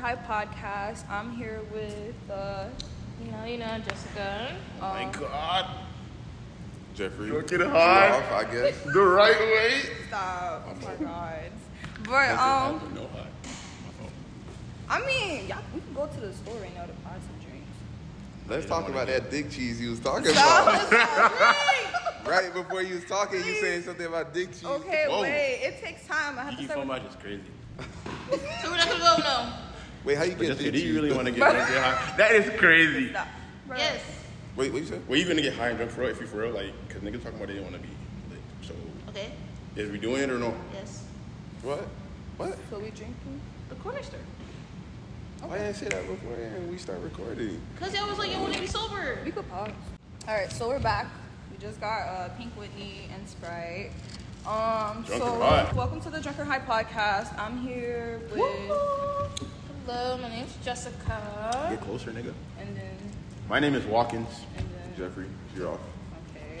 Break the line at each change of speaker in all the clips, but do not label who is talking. podcast. I'm here with uh,
You know, you know, Jessica.
um,
Thank God.
Jeffrey.
Look at
you
high.
off, I guess.
The right way.
stop. Oh my god. But
Doesn't
um,
happen, no high.
I mean, y'all, we can go to the store right now to buy some drinks.
Let's talk about that dick cheese you was talking
Stop,
about.
stop, drink.
right before you was talking, you saying something about dick cheese.
Okay,
Whoa.
wait. It takes time. I have
Geeky
to start.
phone
With,
match is crazy.
So we're not gonna go no.
Wait, how you get
Just
dick
kidding.
cheese?
You really want to get drunk and high? That is crazy.
stop. Bro.
Yes.
Wait, what you said?
Well, you gonna get high and drunk for real if you for real, like, cause niggas talking about they don't want to be lit. So,
Okay.
is we doing it or no?
Yes.
What? What?
So we drinking.
The corner store.
Why didn't I say that before we start recording?
Cause y'all was like, you want to be sober.
We could pause. All right, so we're back. We just got uh, Pink Whitney and Sprite. Um,
Drunk
so
and high.
welcome to the Drunker High podcast. I'm here with
Hello, my name's Jessica.
Get closer, nigga.
and then
My name is Watkins.
and then
Jeffrey, you're off.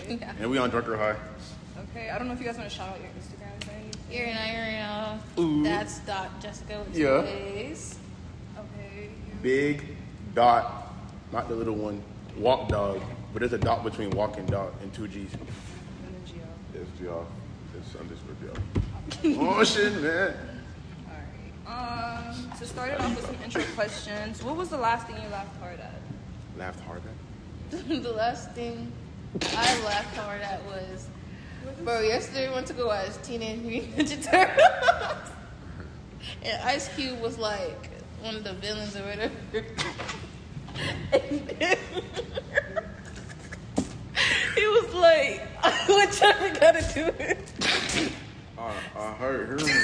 okay.
And we on Drunker High.
Okay, I don't know if you guys want to shout out your Instagrams or anything.
Irina, Irina.
Ooh.
That's dot Jessica with
Yeah.
two A's.
Okay.
Big dot, not the little one. Walk dog, but there's a dot between walk and dog and two G's.
And then Gio.
It's G off. It's underscore G off.
oh shit, man.
All right. Um, so started off with some intro questions. What was the last thing you laughed hard at?
Laughed harder.
the last thing I laughed hard at was, bro, yesterday we went to go watch Teenage Mutant Ninja Turtles. and Ice Cube was like one of the villains or whatever. And then- he was like, whichever gotta do it.
I, I heard him.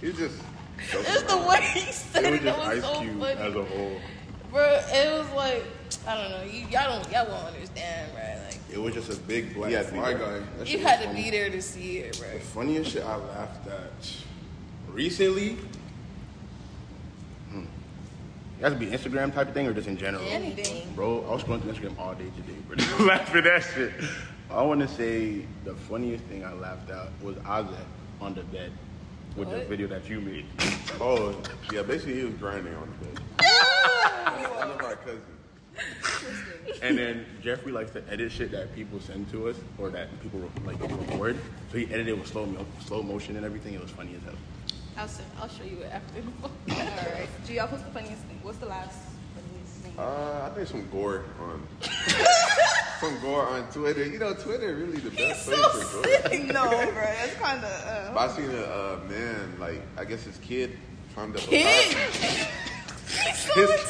He's just.
It's the way he said
It was just
it. that was
Ice
so
Cube
funny.
as a whole.
bro, it was like, I don't know. You, y'all don't, y'all won't understand, right? Like,
It was just a big black.
Yeah,
figure.
my guy. That
you
shit
had
was
to
funny.
be there to see it, bro.
The funniest shit I laughed at recently. Hmm. It has to be Instagram type of thing or just in general.
Anything.
Bro, I was scrolling through Instagram all day today, bro. laughing at that shit. I want to say the funniest thing I laughed at was Isaac on the bed with the
What?
video that you made.
Oh, yeah, basically he was grinding on the bed. One of our cousins.
and then Jeffrey likes to edit shit that people send to us or that people like record. So he edited it with slow, mo- slow motion and everything. It was funny as hell.
I'll, send, I'll show you it after the
All
podcast.
right. Gio, what's the funniest thing? What's the last funniest thing?
Uh, I think some gore on some gore on Twitter. You know, Twitter really the best place for gore.
no, bro. It's kind of.
But I seen a uh, man, like I guess his kid climbed up a
Kid?
ladder.
so
His kid,
Look at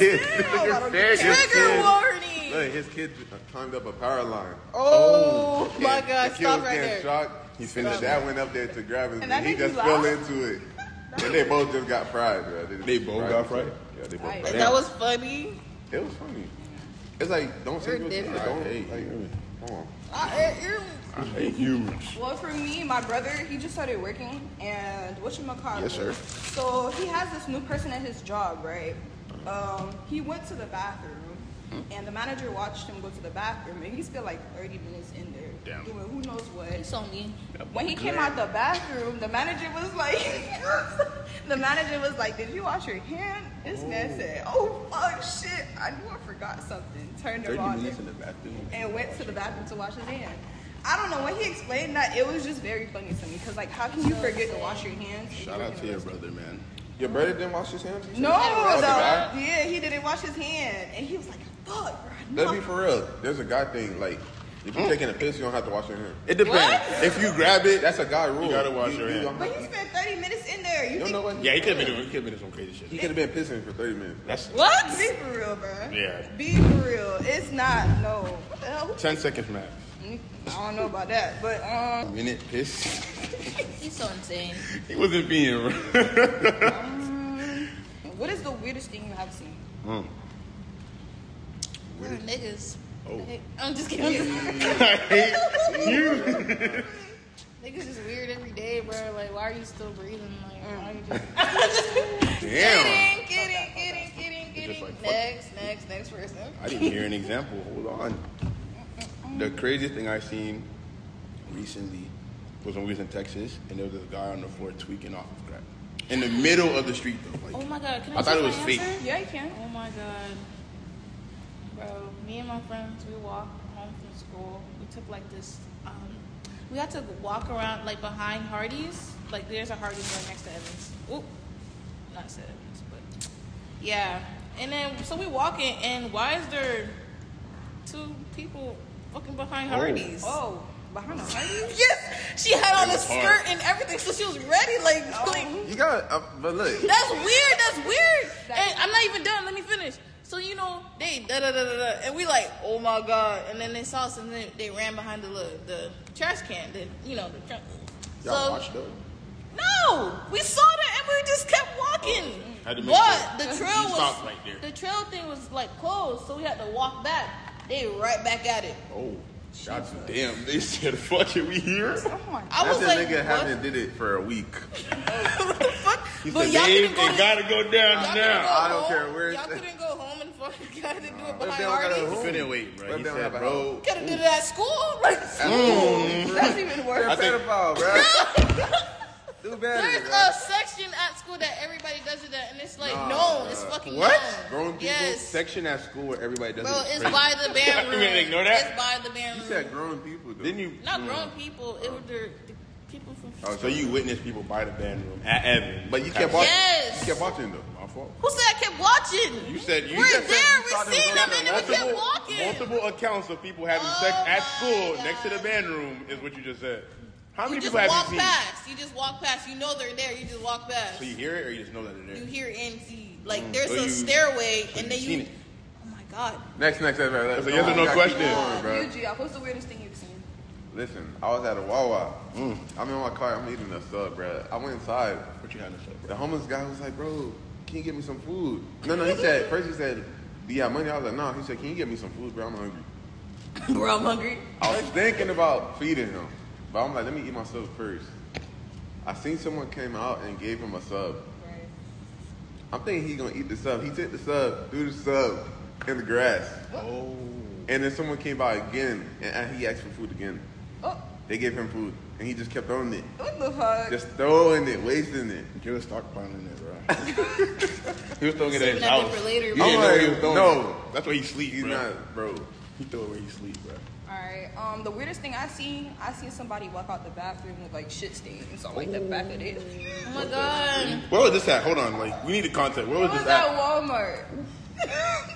his face.
trigger
look,
warning.
his kid climbed up a power line.
Oh, my
The
God!
kid
Stop
was
right
getting
there.
shocked. He finished that went up there to grab his,
And that
he
made you
just fell
laugh?
into it. And they both just got fried, bro. just
They both got fried?
Yeah, they both
Aight.
got fried.
That was funny.
It was funny. It's like don't say
You're
what you
different.
don't
Hey,
like, come on.
I, you're,
I hate humans.
well, for me, my brother, he just started working, and what you
Yes, sir.
So he has this new person at his job, right? Um, he went to the bathroom,
Hmm?
and the manager watched him go to the bathroom, and he spent like 30 minutes in there
Damn.
doing who knows what.
It's on me.
When he came out the bathroom, the manager was like, the manager was like, "Did you wash your hand?" This man said, "Oh fuck, shit! I knew I forgot something." Turned
30
around
minutes in the bathroom.
and went to the bathroom to wash his hand. I don't know when he explained that. It was just very funny to me because, like, how can you forget to wash your hands? if
Shout
you're
out
in
to
a
your
restaurant?
brother, man.
Your brother didn't wash his hands? you said?
No,
Oh, the
the-
guy?
yeah, he didn't wash his hand, and he was like, "Fuck, bro."
Let's be for real. There's a guy thing like if
Mm.
you're taking a piss, you don't have to wash your hand.
It depends.
What?
If you grab it, that's a guy rule.
gotta wash your hand.
don't-
But he spent 30 minutes in there. You
You don't
think?
know what?
Yeah, he could have been doing. He could have been doing some crazy
He
shit.
could have been pissing for 30 minutes.
That's
What?
Be for real, bro.
Yeah.
Be for real. It's not no. What the hell? Who
ten seconds max.
I don't know about that, but
A
um,
minute piss.
He's so insane.
he wasn't being. real.
what is the weirdest thing you have seen?
Mm.
We're niggas.
Oh.
Hey, I'm just kidding.
I hate you.
niggas is weird every day, bro. Like, why are you still breathing? Like, why are you just
Mm. Damn.
kidding, kidding, kidding, kidding,
It's just
kidding?
like, fuck.
next, next, next person.
I didn't hear an example. Hold on. The craziest thing I seen recently was when we was in Texas and there was this guy on the floor tweaking off of crack. in the middle of the street though. Like,
Oh my god, can I,
I thought
take
it was
my
fake.
answer?
Yeah, you can.
Oh my god. Bro, me and my friends, we walked home from school. We took like this, um, we had to walk around like behind Hardee's. Like there's a Hardee's right next to Evans. Oop. Not said Evans, but yeah. And then, so we walking and why is there two people fucking behind Hardee's?
Oh, behind the party?
Yes, she had on a
It's hard.
skirt and everything, so she was ready. Like, like
You got, uh, but look,
that's weird. That's weird. And I'm not even done. Let me finish. So you know they da da da da, da and we like oh my god, and then they saw us and then they ran behind the little, the trash can. The you know the trash.
y'all
so
watched though.
no, we saw that and we just kept walking.
Oh, Had to make
But
sure.
the trail
You
was
stopped right there.
the trail thing was like closed, so we had to walk back. They right back at it.
Oh, God damn! They said, "Fuck it, we here."
Come on.
I
that's
was
a
like,
nigga
what?
haven't did it for a week.
what the fuck?
He
But
said,
y'all
"Babe,
couldn't go
it gotta go down
Y'all couldn't go
now."
I don't
home.
care where
Y'all
it's-
couldn't go home and fucking got to do it
What if
behind
they don't got a
Hardee's.
home?
Couldn't wait, bro.
What if
He
they don't
said,
have a Mm.
"Bro,
Could have did it at school. Like,
That's even
You're a
worse.
think-
pedophile, bro. Do better,
there's
bro.
a section at school that everybody does it at, and it's like, no, it's fucking
what?"
known.
Grown people
Yes,
section at school where everybody does
bro,
it.
it's
crazy.
by the band
You
room.
gonna ignore that?
It's by the band
You
room.
said grown people. Though.
Didn't you?
Not grown people. It was the, the people from.
Oh,
Mm. So you witnessed people by the band room at Evan,
But you kept watching.
Yes.
You kept watching though. My fault.
Who said I kept watching?
You said you
We're
just
there.
said you
we
saw them
seen
go
them,
down
and
the
then we kept
multiple,
walking.
multiple accounts of people having
Oh
sex at
my
school
God.
next to the band room is what you just said. How many
You just
people have
walk
you seen?
past. You just walk past. You know they're there. You just walk past.
So you hear it or you just know that they're
you
there?
hear and see. Like there's
so
a
you-
stairway, and then
you've
you.
seen it.
Oh my god.
Next, next, next, next.
That's a yes or no
You gotta keep
question.
going, bro.
UGF, what's the weirdest thing you've seen?
Listen, I was at a Wawa. I'm in my car. I'm eating a sub, bro. I went inside.
What you had in the show,
The homeless guy was like, "Bro, can you get me some food?" No, no. He said first he said, "Do you have money?" I was like, "No." He said, "Can you get me some food, bro? I'm hungry."
Bro, I'm hungry.
I was thinking about feeding him, but I'm like, let me eat my sub first. I seen someone came out and gave him a sub. I'm thinking he gonna eat the sub. He took the sub, threw the sub in the grass,
bro? Oh.
and then someone came by again, and and he asked for food again.
Oh,
They gave him food, and he just kept throwing it,
what the fuck?
just throwing it, wasting it.
You was stockpiling it, bro.
He was throwing it
Saving
at his
that
house.
bit for later.
You
bro.
didn't know what he was
I'm like,
throwing.
no. That's where he sleep,
He's
bro.
not, bro.
He throw it where he sleep, bro.
Alright, um, the weirdest thing I seen, I seen somebody walk out the bathroom with like shit stains on like the back of it.
Oh my god.
Where was this at? Hold on, like, we need the contact. Where
It
was
was
this
at
at?
Walmart.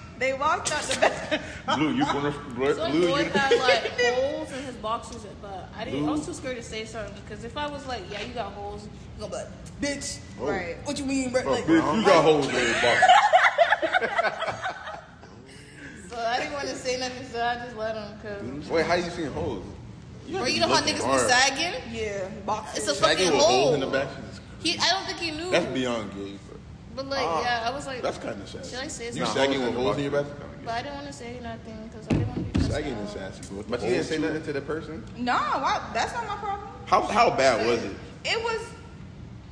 they walked out the bathroom.
Blue uniform, blue,
Some
blue
boy
uniform.
had like holes in his boxers, but I didn't. I was too scared to say something because if I was like, "Yeah, you got holes," you gonna be like, "Bitch,
Oh.
Right.
what you mean, bro?" Like,
Bitch, you got holes in your box.
so I didn't want to say nothing, so I just let him. Cause
Wait, how you seen holes?
bro, you know how niggas
hard.
be sagging?
Yeah, boxes.
It's a
Shaggy
fucking
with holes
hole.
in the back. Jesus.
He, I don't think he knew.
That's beyond gay, bro. Ah,
but like, yeah, I was like,
That's kind of sassy.
Should I say
You
something?
sagging with holes in your back?
but I didn't want to say nothing because I didn't want to be.
Sagging is
is
sassy, bro.
But you didn't say nothing to the person.
No, why, that's not my problem.
How how bad was it?
It was,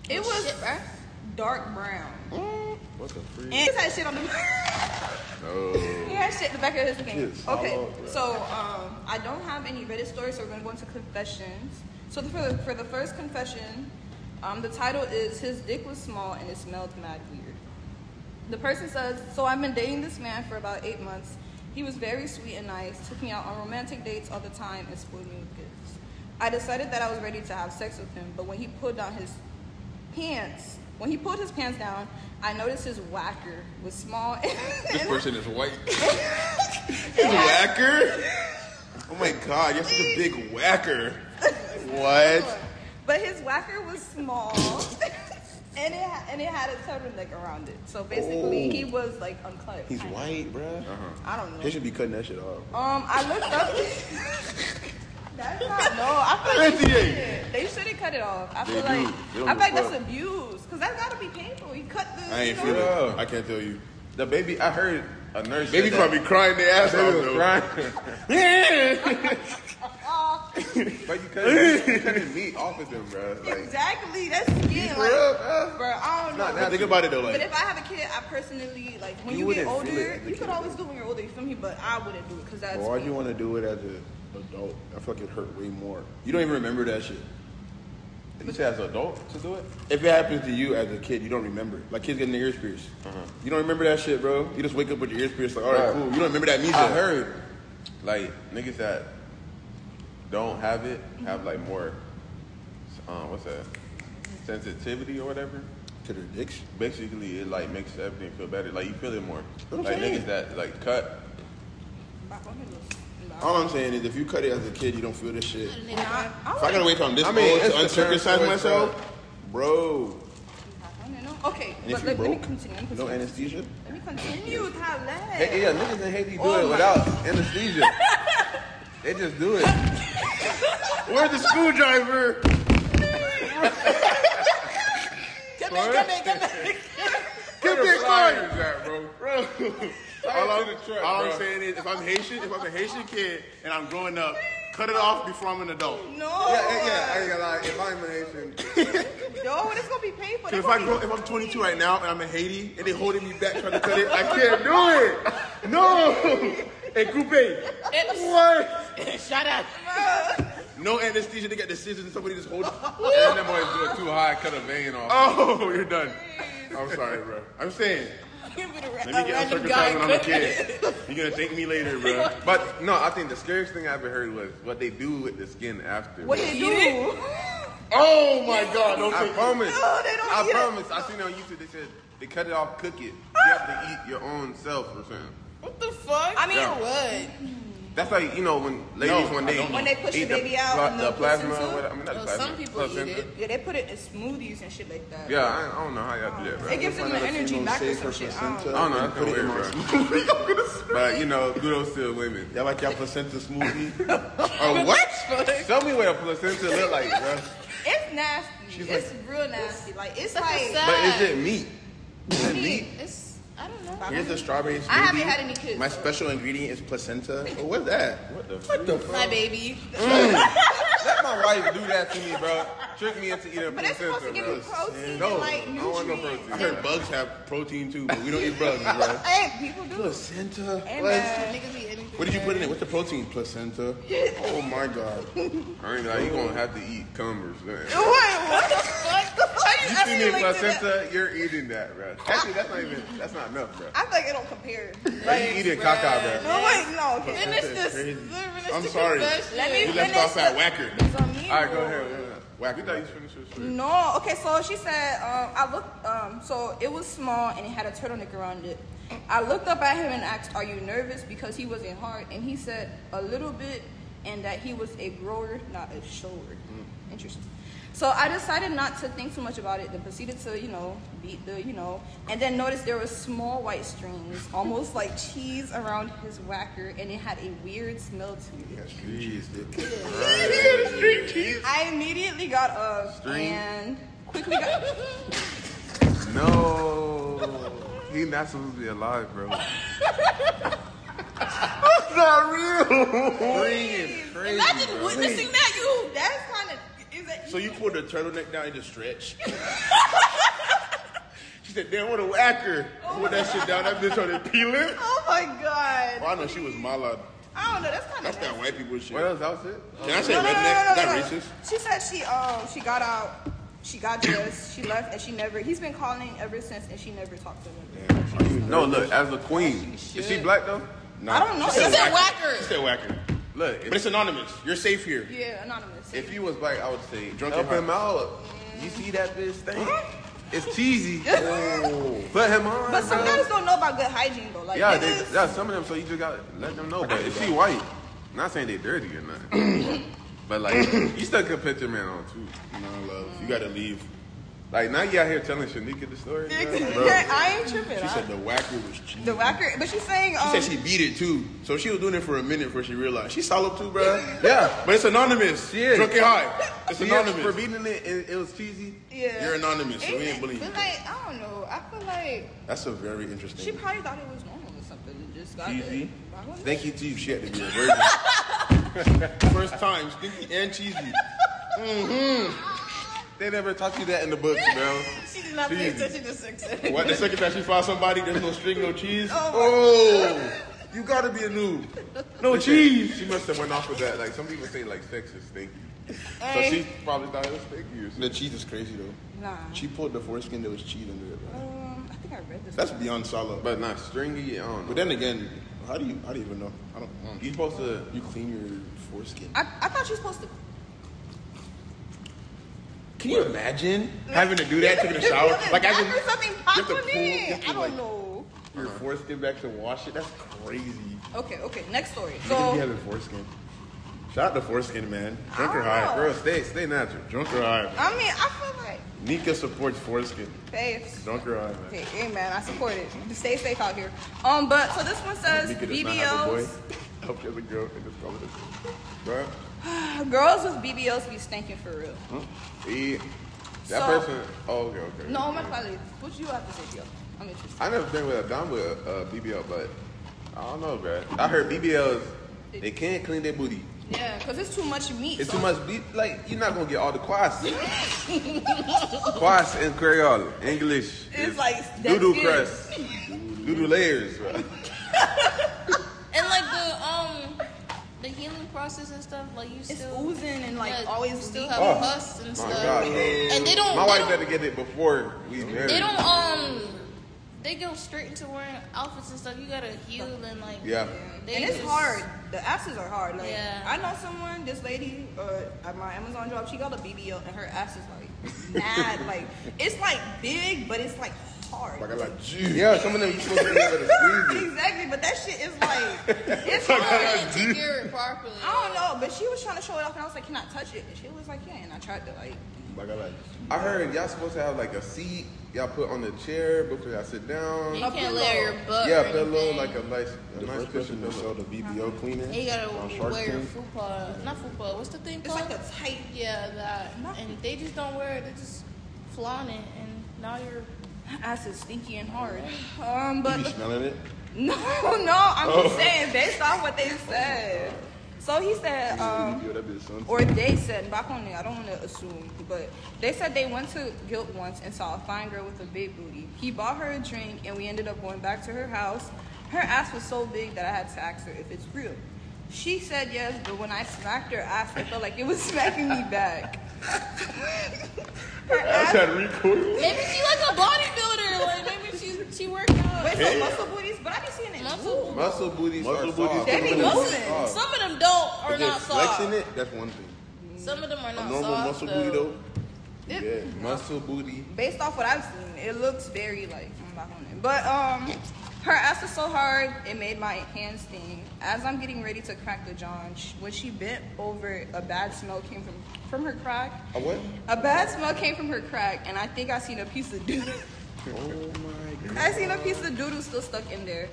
it was
Shit, bro.
dark brown.
What the freak?
And he had shit on the.
Oh.
he had shit in the back of his skin.
Yes,
Okay,
all over.
so um, I don't have any Reddit stories, so we're gonna go into confessions. So the, for the for the first confession, um, the title is "His dick was small and it smelled mad weird." The person says, "So I've been dating this man for about eight months. He was very sweet and nice, took me out on romantic dates all the time, and spoiled me with gifts. I decided that I was ready to have sex with him, but when he pulled down his pants, when he pulled his pants down, I noticed his whacker was small."
This
and-
person is white. He's a whacker. Oh my god, you're such a big whacker. What?
But his whacker was small, and it ha- and it had a turtleneck around it. So basically,
Oh.
he was like uncut.
He's
I-
white, bruh.
I don't know.
They should be cutting that shit off.
Um, I looked up. that's not no. I feel like they shouldn't. they shouldn't cut it off. I feel
do.
like
They don't
I feel like
give a
that's abuse because that's gotta be painful. You cut the.
I ain't
you
feel
know,
Yeah.
it. I can't tell you.
The baby, I heard a nurse.
Baby
said
probably crying their ass
that.
off
Baby was
though.
crying. but you couldn't, you couldn't meet off of them, bro. Like,
Exactly. That's skin.
for real,
Like,
bro.
bro, I don't know.
Not
Now think about it though,
But
like
if I have a kid, I personally like when
You
you, get
wouldn't
older,
feel it as a
you
kid.
could always do it when you're older. You feel me? But I wouldn't do it because that's.
why do
painful.
you want to do it as an adult? I feel like it hurt way more. You don't even remember that shit.
You said as an adult to do it?
If it happens to you as a kid, you don't remember. Like kids getting their ears pierced. You don't remember that shit, bro. You just wake up with your ears pierced. Like, all right,
Uh-huh. Right.
cool. You don't remember that music.
I heard, like niggas that don't have it have like more, um, what's that, sensitivity or whatever.
to their dicks.
Basically, it like makes everything feel better. Like you feel it more.
What I'm
like
saying.
niggas that like cut.
All I'm saying is, if you cut it as a kid, you don't feel this shit. If
Nah, I
I gotta wake up this
I mean,
old
it's
to
a
uncircumcise
territory,
myself, bro.
don't know. Okay,
And
but
if you
let, let me
broke,
continue. Let me
no
continue.
anesthesia.
Let me continue, Tyler.
Hey, yeah, niggas in Haiti do
Oh
it
my-
without anesthesia. they just do it.
Where's the screwdriver?
Get back, get back, get back.
Give me a coin.
that, bro?
All,
All
I'm,
to the truck,
all I'm
bro.
saying is, if I'm Haitian, if I'm a Haitian kid and I'm growing up, cut it off before I'm an adult.
No.
Yeah, yeah, yeah, I ain't gonna lie. If I'm Haitian,
No, it's gonna be painful.
Cause if I grow, if I'm 22 right now and I'm in Haiti and they holding me back trying to cut it, I can't do it. No. Hey, coupe. What?
Shut up.
No anesthesia. They got the scissors and somebody just holds.
and them boys do it too high, cut a vein off.
Oh, you're done. I'm sorry, bro. I'm saying. Let me get uncircumcised when I'm a kid. You're gonna thank me later, bro.
But no, I think the scariest thing I ever heard was what they do with the skin after.
What they do?
Oh my God! Don't
I
take me.
promise.
No, they don't
I
eat it.
promise. I seen it on YouTube. They said they cut it off, cook it. You have to eat your own self or something.
What the fuck?
I mean,
Yeah. That's how you, you know when ladies
No,
when
I
they
don't
When they push
eat
the baby out
pla-
and
the
the
plasma.
placenta?
or whatever. I mean, not the
Well,
plasma,
some people eat
placenta.
it.
yeah, they put it in smoothies and shit like that.
Yeah, I, I don't know how y'all do that, bro.
It gives them the energy back or some shit. I don't know.
I don't know. That's kind of weird, bro. but you know, kudos to the women.
Y'all like y'all placenta smoothie?
Oh what? Show me what a placenta look like, bro.
It's nasty. it's real nasty. Like it's like.
sad-
But is it meat? Is it meat?
It's, I don't know.
Here's the strawberry smoothie.
I haven't had any kids.
My special ingredient is placenta. Oh, what's that? What the? What the?
My baby.
Let my wife do that to me, bro. Trick me into eating a
But it's supposed to
placenta,
give
bro.
you protein
No,
and like
I don't want no
nutrients.
I
protein.
heard bugs have protein too, but we don't eat bugs, bro.
Hey, people do.
Placenta.
And
What?
uh,
Niggas eat anything.
What did you put in it? What's the protein? Placenta. Oh my god.
I ain't like you gonna have to eat cum or something.
Wait, what the fuck? How you,
You
ever
see me in
linked to that?
placenta, you're eating that, bro. Actually, that's not even. That's not enough, bro.
I think it don't compare.
Are you eating caca, bro?
No, wait, no. Okay.
Finish this.
Crazy.
Finish
I'm
this
sorry.
confession.
Let me
We
finish.
left off at Wacker.
the- the
All right, go
meal.
ahead. yeah, yeah.
Whack
We thought you finished your story.
No, okay, so she said, um, I looked, um, so it was small and it had a turtleneck around it. I looked up at him and asked, Are you nervous? Because he wasn't hard. And he said, A little bit, and that he was a grower, not a shower. Interesting. So I decided not to think too much about it, then proceeded to, you know, beat the, you know, and then noticed there were small white strings, almost like cheese around his whacker, and it had a weird smell to it. I immediately got up
String.
and quickly got.
No, he not supposed to be alive, bro. That's not real. Green is crazy.
Imagine witnessing that. You. That's kind of. Is that?
So you pulled the turtleneck down and just stretched. she said, "Damn, what a whacker!" Pulled that shit down. That bitch tried to peel it.
oh my
Oh,
god.
I know she was mala.
I don't know. That's kind of.
That's that white people shit.
What else? That was it.
Can I say redneck? Is that racist?
She said she um she got out, she got dressed, she left, and she never. He's been calling ever since, and she never talked to him.
No, look. As a queen, is she black though?
No.
I don't know.
She said
She
said
whacker.
whacker.
She said whacker.
Look,
But
if,
it's anonymous. You're safe here.
Yeah, anonymous.
if you was black, I would say
Drunk
help
and
him out. You see that bitch thing? It's cheesy. Put him on.
but some
bro.
guys don't know about good hygiene though. Like
Oh. Yeah, they,
niggas-
yeah, some of them. So you just gotta let them know. But if she white, not saying they dirty or nothing, but like you still could put your man on too.
No love. You gotta leave.
Like now you out here telling Shanika the story.
Niggas-
bro.
yeah, I ain't tripping.
She
I-
said the whacker was cheap.
the whacker, but she's saying um.
She said she beat it too. So she was doing it for a minute before she realized. She solid too, bruh.
Yeah.
But it's anonymous.
She is.
Drunk and high. It's
She is
anonymous.
for beating it, and it was cheesy.
yeah.
You're anonymous, so we ain't believe you.
But like, I don't know. I feel like
That's a very
she
interesting.
probably thought it was normal or something. and just got
Cheesy.
I don't know.
Thank you, Chief. She had to be a virgin. First time, stinky and cheesy.
They never taught you that in the books, bro.
She did not pay attention to sex.
What the second time she found somebody, there's no string, no cheese.
Oh my
Oh, you gotta be a noob. No cheese.
She must have went off with that. Like some people say, like sex is stinky. So
Hey.
she probably thought it was stinky or
The
something.
cheese is crazy though.
Nah.
She pulled the foreskin that was cheese under it. Right?
Um, I think I read this.
That's
one.
beyond solid. But
But not stringy. I don't know.
but then again, how do you? I don't even know. I don't. I don't-
you supposed to.
You clean your foreskin.
I, I thought she was supposed to.
Can you imagine having to do that, taking a shower? Like I
after
can,
something
have
popped
to
on
pull- you
me.
have
I
to,
don't
like-
know.
your foreskin back to wash it. That's crazy.
Okay, okay. Next story.
Niggas be
So
having foreskin. Shout out to foreskin, man. Drunk or
I don't
high,
know.
Girl, stay, stay natural.
Oh.
Drunk or high.
I mean, I feel like
Nika supports foreskin.
babes.
Drunk or high, man.
Okay, amen. I support it. Stay safe out here. Um, but so this one says
Nika does not have a boy.
BBLs.
Help the other girl and just call it a
Bro,
Girls with BBLs be stinking for real.
yeah. That
So-
person. Oh, okay, okay.
No,
okay.
my colleagues. What you have to say, yo? I'm interested.
I never been with a done with uh, a, a BBL, but I don't know, bro. I heard BBLs they can't clean their booty.
Yeah, cause it's too much meat.
It's
so-
too much. Be- like you're not gonna get all the quads. quads in Creole, English.
It's like that's
doodoo
it.
crust, doodoo layers. Bro.
And like the um the healing process and stuff, like you
It's
still
oozing and like
yeah,
always
you still
leak.
have
Oh,
pus and
My
stuff.
God, bro.
And they don't
My
they
wife
don't,
better get it before we married.
they don't um they go straight into wearing outfits and stuff. You gotta heal and like
Yeah.
They
and it's
just-
hard. The asses are hard. Like
Yeah.
I know someone, this lady uh, at my Amazon job, she got a BBL and her ass is like mad. like it's like big, but it's like hard.
Like I like, geez.
Yeah, some of them you supposed to be able to squeeze it.
exactly, but that shit is like it's
You
hard.
gotta take care of it properly.
I don't know, but she was trying to show it off, and I was like, "Can I touch it?" And she was like, "Yeah," and I tried to like.
Like I like.
I heard y'all supposed to have like a seat y'all put on the chair before y'all sit down.
You
A
can't
pillow.
layer your butt.
Yeah,
or
pillow
anything.
like a nice, a
The
nice
first
cushion
person to show
pillow.
the
Uh-huh.
BBO cleaner.
You gotta
on Shark
wear your
Tank.
fupa, not fupa. What's the thing
It's
called?
like a tight.
yeah, that. And they just don't wear it. They just flaunt it, and now you're.
Ass is stinky and hard. Um, but
You be Oh. smelling it.
No, no, I'm just saying based off what they said. So he said, um,
Yo, that bitch something.
or they said, back on it, I don't want to assume, but they said they went to Guilt once and saw a fine girl with a big booty. He bought her a drink and we ended up going back to her house. Her ass was so big that I had to ask her if it's real. She said yes, but when I smacked her ass, I felt like it was smacking me back. her ass,
had recoil.
Maybe she like a bodybuilder. Like maybe she she worked out.
wait, so muscle booties, but I be seeing it.
Muscle-
move.
Muscle booties
Muscle
are
booties
soft.
They be
Some of them
moving.
are soft.
Some of them don't
If
are
they're
not
flexing
soft.
it, that's one thing.
Some of them are
A
not
normal
soft.
muscle booty though.
It-
Yeah.
Muscle booty.
based off what I've seen, it looks very like I'm not on it. But um, her ass is so hard, it made my hands sting. As I'm getting ready to crack the john, sh- when she bent over, a bad smell came from from her crack.
A what?
A bad smell came from her crack, and I think I seen a piece of doodoo.
Oh my
I seen a piece of doodoo still stuck in there.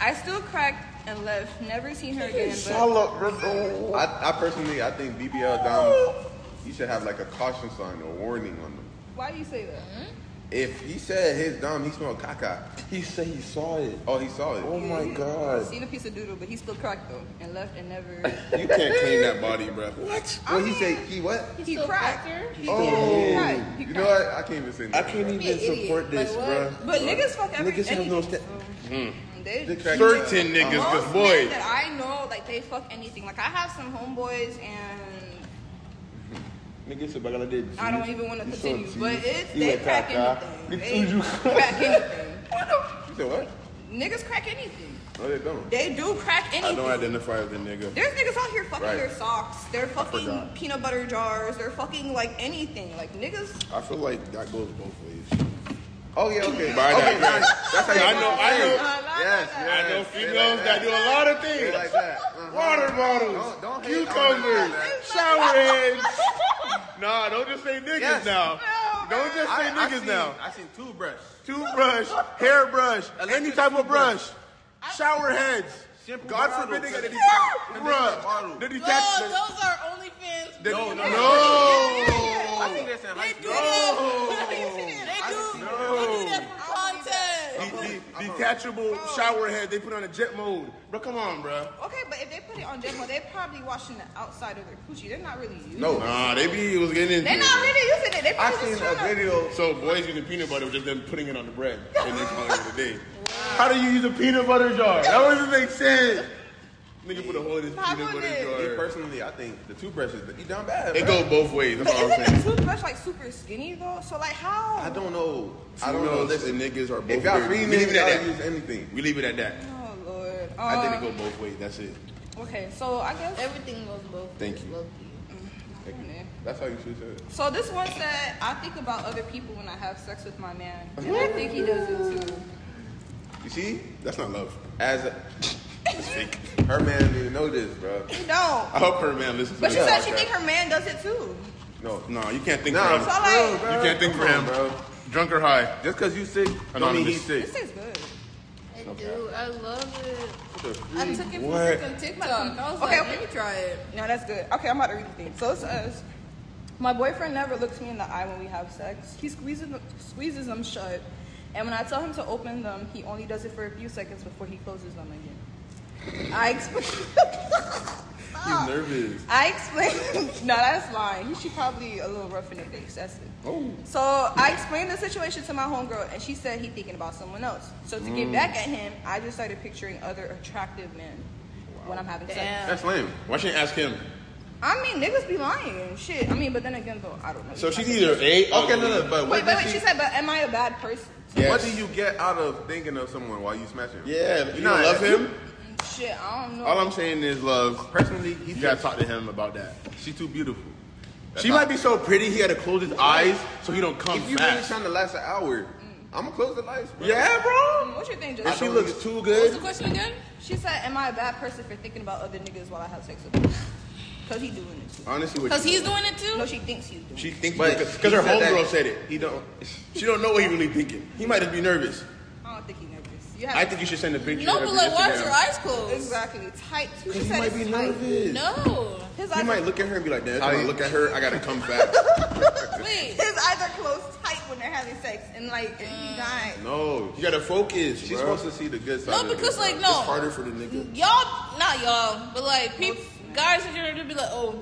I still cracked and left. Never seen her again. But
god. I, I personally, I think BBL diamonds, you should have like a caution sign or warning on them.
why do you say that?
If he said his dom, he smelled caca.
He said he saw it.
Oh, he saw
Oh
it.
my god.
Seen a piece of doodoo, but he still cracked though, and left and never.
You can't clean that body, bruh. What?
Well, he said he what?
he cracked. He,
Oh.
he cracked. He
You
cracked.
know what? I can't even say.
I
nothing,
can't
bro.
even
idiot.
support this,
Like,
bruh.
what?
But niggas fuck every
Niggas have no
anything.
step.
They-
They crack
Hmm. Certain
you
niggas,
most
cause boy.
men that I know, like they fuck anything. Like I have some homeboys, and
Niggas said bagala did.
I don't even want to
You
continue.
saw
But
teeth.
it's
You
they
a
crack
caca.
anything.
You
They
too, you-
crack anything.
up.
e-
You said what?
Niggas crack anything.
No, they don't.
They do crack
I don't
anything.
identify as a nigga.
There's niggas out here fucking
Right.
their socks. They're fucking
forgot.
peanut butter jars. They're fucking like anything. Like niggas.
I feel like that goes both ways.
Oh yeah, okay.
By
okay,
that.
nice. That's how you
I know- I know-
Nah, nah,
Yes,
nah, nah.
yes.
I know
They like
females that do a lot of things.
They like that. Uh-huh.
Water bottles,
Don't- don't hate on
cucumbers,
that.
shower heads. nah, don't just say niggas
Yes.
now. Don't just say
I, I
niggas
seen,
now.
I seen toothbrush,
Toothbrush, hairbrush, any type of brush, shower heads.
Shampoo
God
bottle.
forbid they got a
Shampoo bottle.
bruh. The
No,
detachment.
those are OnlyFans.
the-
No, no, no. I
no.
think that's in high
They do
school.
that. They do. They do that for
The-
content.
the- Detachable shower head they put on a jet mode. Bro, come on, bruh.
Okay, but if they put it on demo, they're probably washing the outside of their coochie. They're not really using.
No.
it.
Nah, they be was getting into
They're
it.
not really using it. They
I
probably
seen
just
a
trying to.
video.
So boys using peanut butter was just them putting it on the bread and then calling it a day. How do you use a peanut butter jar? That doesn't make sense. Nigga put a hole in his
How
peanut
would
butter
it?
Me
jar.
personally, I think the toothbrush is you done bad.
It
bro.
go both ways. That's
But
all I'm saying.
isn't the toothbrush like super skinny though? So like how?
I don't know. I
Who
don't know.
knows?
Listen,
The niggas are both.
if y'all
weird.
free
we leave
niggas,
it at
y'all
that.
use anything.
We leave it at that.
Oh lord. Um,
I think it go both ways. That's it.
Okay, so I guess.
Everything goes both
Thank
ways,
you.
low-key.
That's how you choose it.
So this one said, I think about other people when I have sex with my man, and I think he does it too.
You see,
That's not love.
as a,
That's fake.
her man didn't even know this, bro.
He don't.
I hope her man listens.
But
to
she
this
said she
podcast.
think her man does it too.
No,
No, you can't think for
Nah,
him.
So like,
bro.
You can't think
Come
for him,
on, bro.
Drunk or high.
Just cause you sick, don't mean
Anonymous.
he's sick.
this tastes good.
I do. I love it.
What the freak?
I took it from
What?
freaking TikTok. I was
Okay,
like,
okay.
let me try it.
No, that's good. Okay, I'm about to read the thing. So it says, my boyfriend never looks me in the eye when we have sex. He squeezes them, squeezes them shut, and when I tell him to open them, he only does it for a few seconds before he closes them again. I explain.
He's nervous.
I explained. no, that's lying. He should probably a little rough in the face. That's it. So I explained the situation to my homegirl, and she said he thinking about someone else. So to get back at him, I just started picturing other attractive men when I'm having sex.
That's lame.
Why shouldn't ask him?
I mean, niggas be lying. Shit. I mean, but then again, though, I don't know.
So she's either a. oh,
Okay, no, no,
Wait,
but what
wait,
does
wait. She said, but am I a bad person?
Yes.
What do you get out of thinking of someone while you smash him?
Yeah, you
Nah,
don't love him.
Shit, I don't know.
All I'm saying is love.
Personally, he
You gotta
said
talk to him about that.
she too beautiful.
she might be so pretty he had to close his eyes so he don't come
If you really
fast.
trying to last an hour, I'ma close the lights. Bro.
yeah, bro.
what you think,
If she
Justin?
looks too
What's the
good,
question again?
She said, am I a bad person for thinking about other niggas while I have sex with them? Because he doing it too.
honestly,
Because
what she,
he's doing it too?
No, she thinks he's doing it.
she thinks
But
because her
he said
homegirl
that-
said it.
He don't.
She don't know what he really thinking. He might just be nervous.
I don't think he nervous. You have
I think you should send a picture.
No,
of
but like, why is
Instagram.
your eyes closed?
Exactly. Tight. too. She
He
said
might
it's
be
tight.
nervous.
No.
His
He
eyes,
might
are,
look at her and be like, "Damn,
How
I
you-
look at her. I gotta come back."
Wait.
his eyes are closed tight when they're having sex, and like he
Mm.
died.
No,
You gotta focus.
she's
bro.
supposed to see the good side.
No,
of it,
because,
bro.
like,
It's
no.
harder for the nigga.
Y'all, not y'all, but like people, guys in general, be like, oh,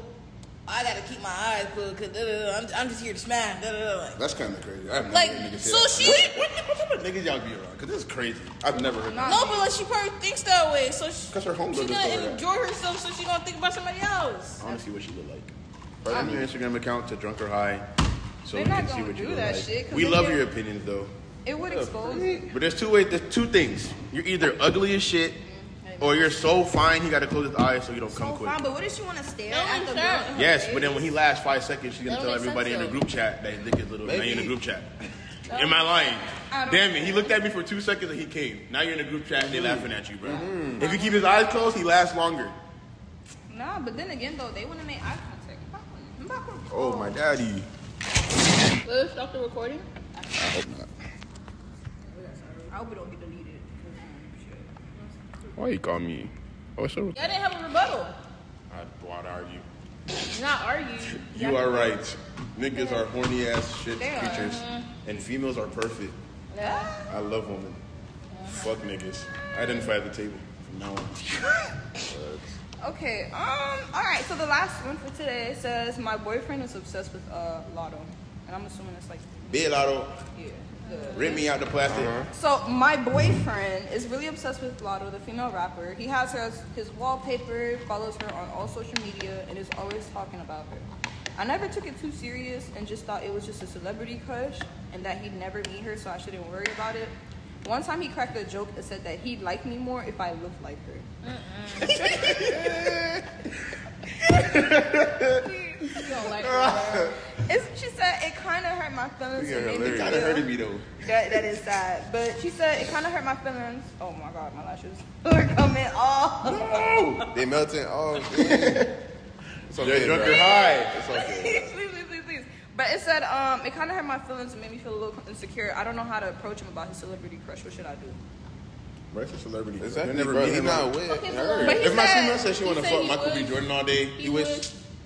I gotta keep my eyes closed because I'm, I'm just here to smash. Da, da, da, like,
That's kind of crazy. I've never
Like,
heard niggas say
so
that.
she-
What, what, what, what niggas y'all be around? Cause this is crazy. I've never heard. that.
no, but like she probably thinks that way, so she,
'Cause her homegirl
she
just told her
gonna
that.
enjoy herself, so she gonna think about somebody else.
I want to see what she look like. From your Instagram account to drunk or high, so
They're
we
not
can see
gonna
what you
do
look
that
like.
shit, 'cause
we
they
love
get-
your opinions though,
It would expose. it.
but there's two ways. There's two things. You're either ugly as shit, or you're so fine he got to close his eyes so you don't come
So
quick.
Oh, fine, but what if she want to stare
No,
at
I'm
the
sure.
girl? in her
Yes,
face?
but then when he lasts five seconds, she's gonna
That
tell
don't make
everybody in
sense,
the group chat that he licked his little. Now you're in the
Maybe-
group chat. Am I lying?
I don't-
Damn it, he looked at me for two seconds and he came. Now you're in the group chat and they laughing at you, bro. If you keep his eyes closed, he lasts longer.
Nah, but then again though, they want to make eye contact. I'm not gonna- I'm not gonna-
Oh my daddy.
Let's stop the recording.
I hope it don't get deleted.
Why you call me? Oh, so
Y'all didn't have a rebuttal.
I bought argue.
Not argue.
You are right. Niggas are horny ass shit
They are.
creatures, and females are perfect.
Yeah.
I love women. Fuck niggas. I identify at the table. No.
Okay. Um. All right. So the last one for today says my boyfriend is obsessed with uh Lotto, and I'm assuming it's like
Big Lotto,
yeah. The,
rip me out the plastic.
So my boyfriend is really obsessed with Lotto, the female rapper. He has her as his wallpaper, follows her on all social media, and is always talking about her. I never took it too serious and just thought it was just a celebrity crush and that he'd never meet her, so I shouldn't worry about it. One time he cracked a joke and said that he'd like me more if I looked like her.
You don't like her.
It's, she said it kind of hurt my feelings.
Yeah,
and made me
hilarious.
Kind
feel-
of hurting me though.
That, that is sad. But she said it kind of hurt my feelings. Oh my god, my lashes are coming off.
They melting. Oh, man. it's okay,
You're drunk
bro.
or high.
It's okay.
please, please, please, please. But it said, um, it kind of hurt my feelings and made me feel a little insecure. I don't know how to approach him about his celebrity crush. What should I do?
Bryce a celebrity.
Exactly,
You'll
bro.
meet
He
him.
not with
Okay, so
her.
But he
If my
said-
female said she
he
want to
said
fuck
he
Michael B.
would.
Jordan all day,
He
you wish.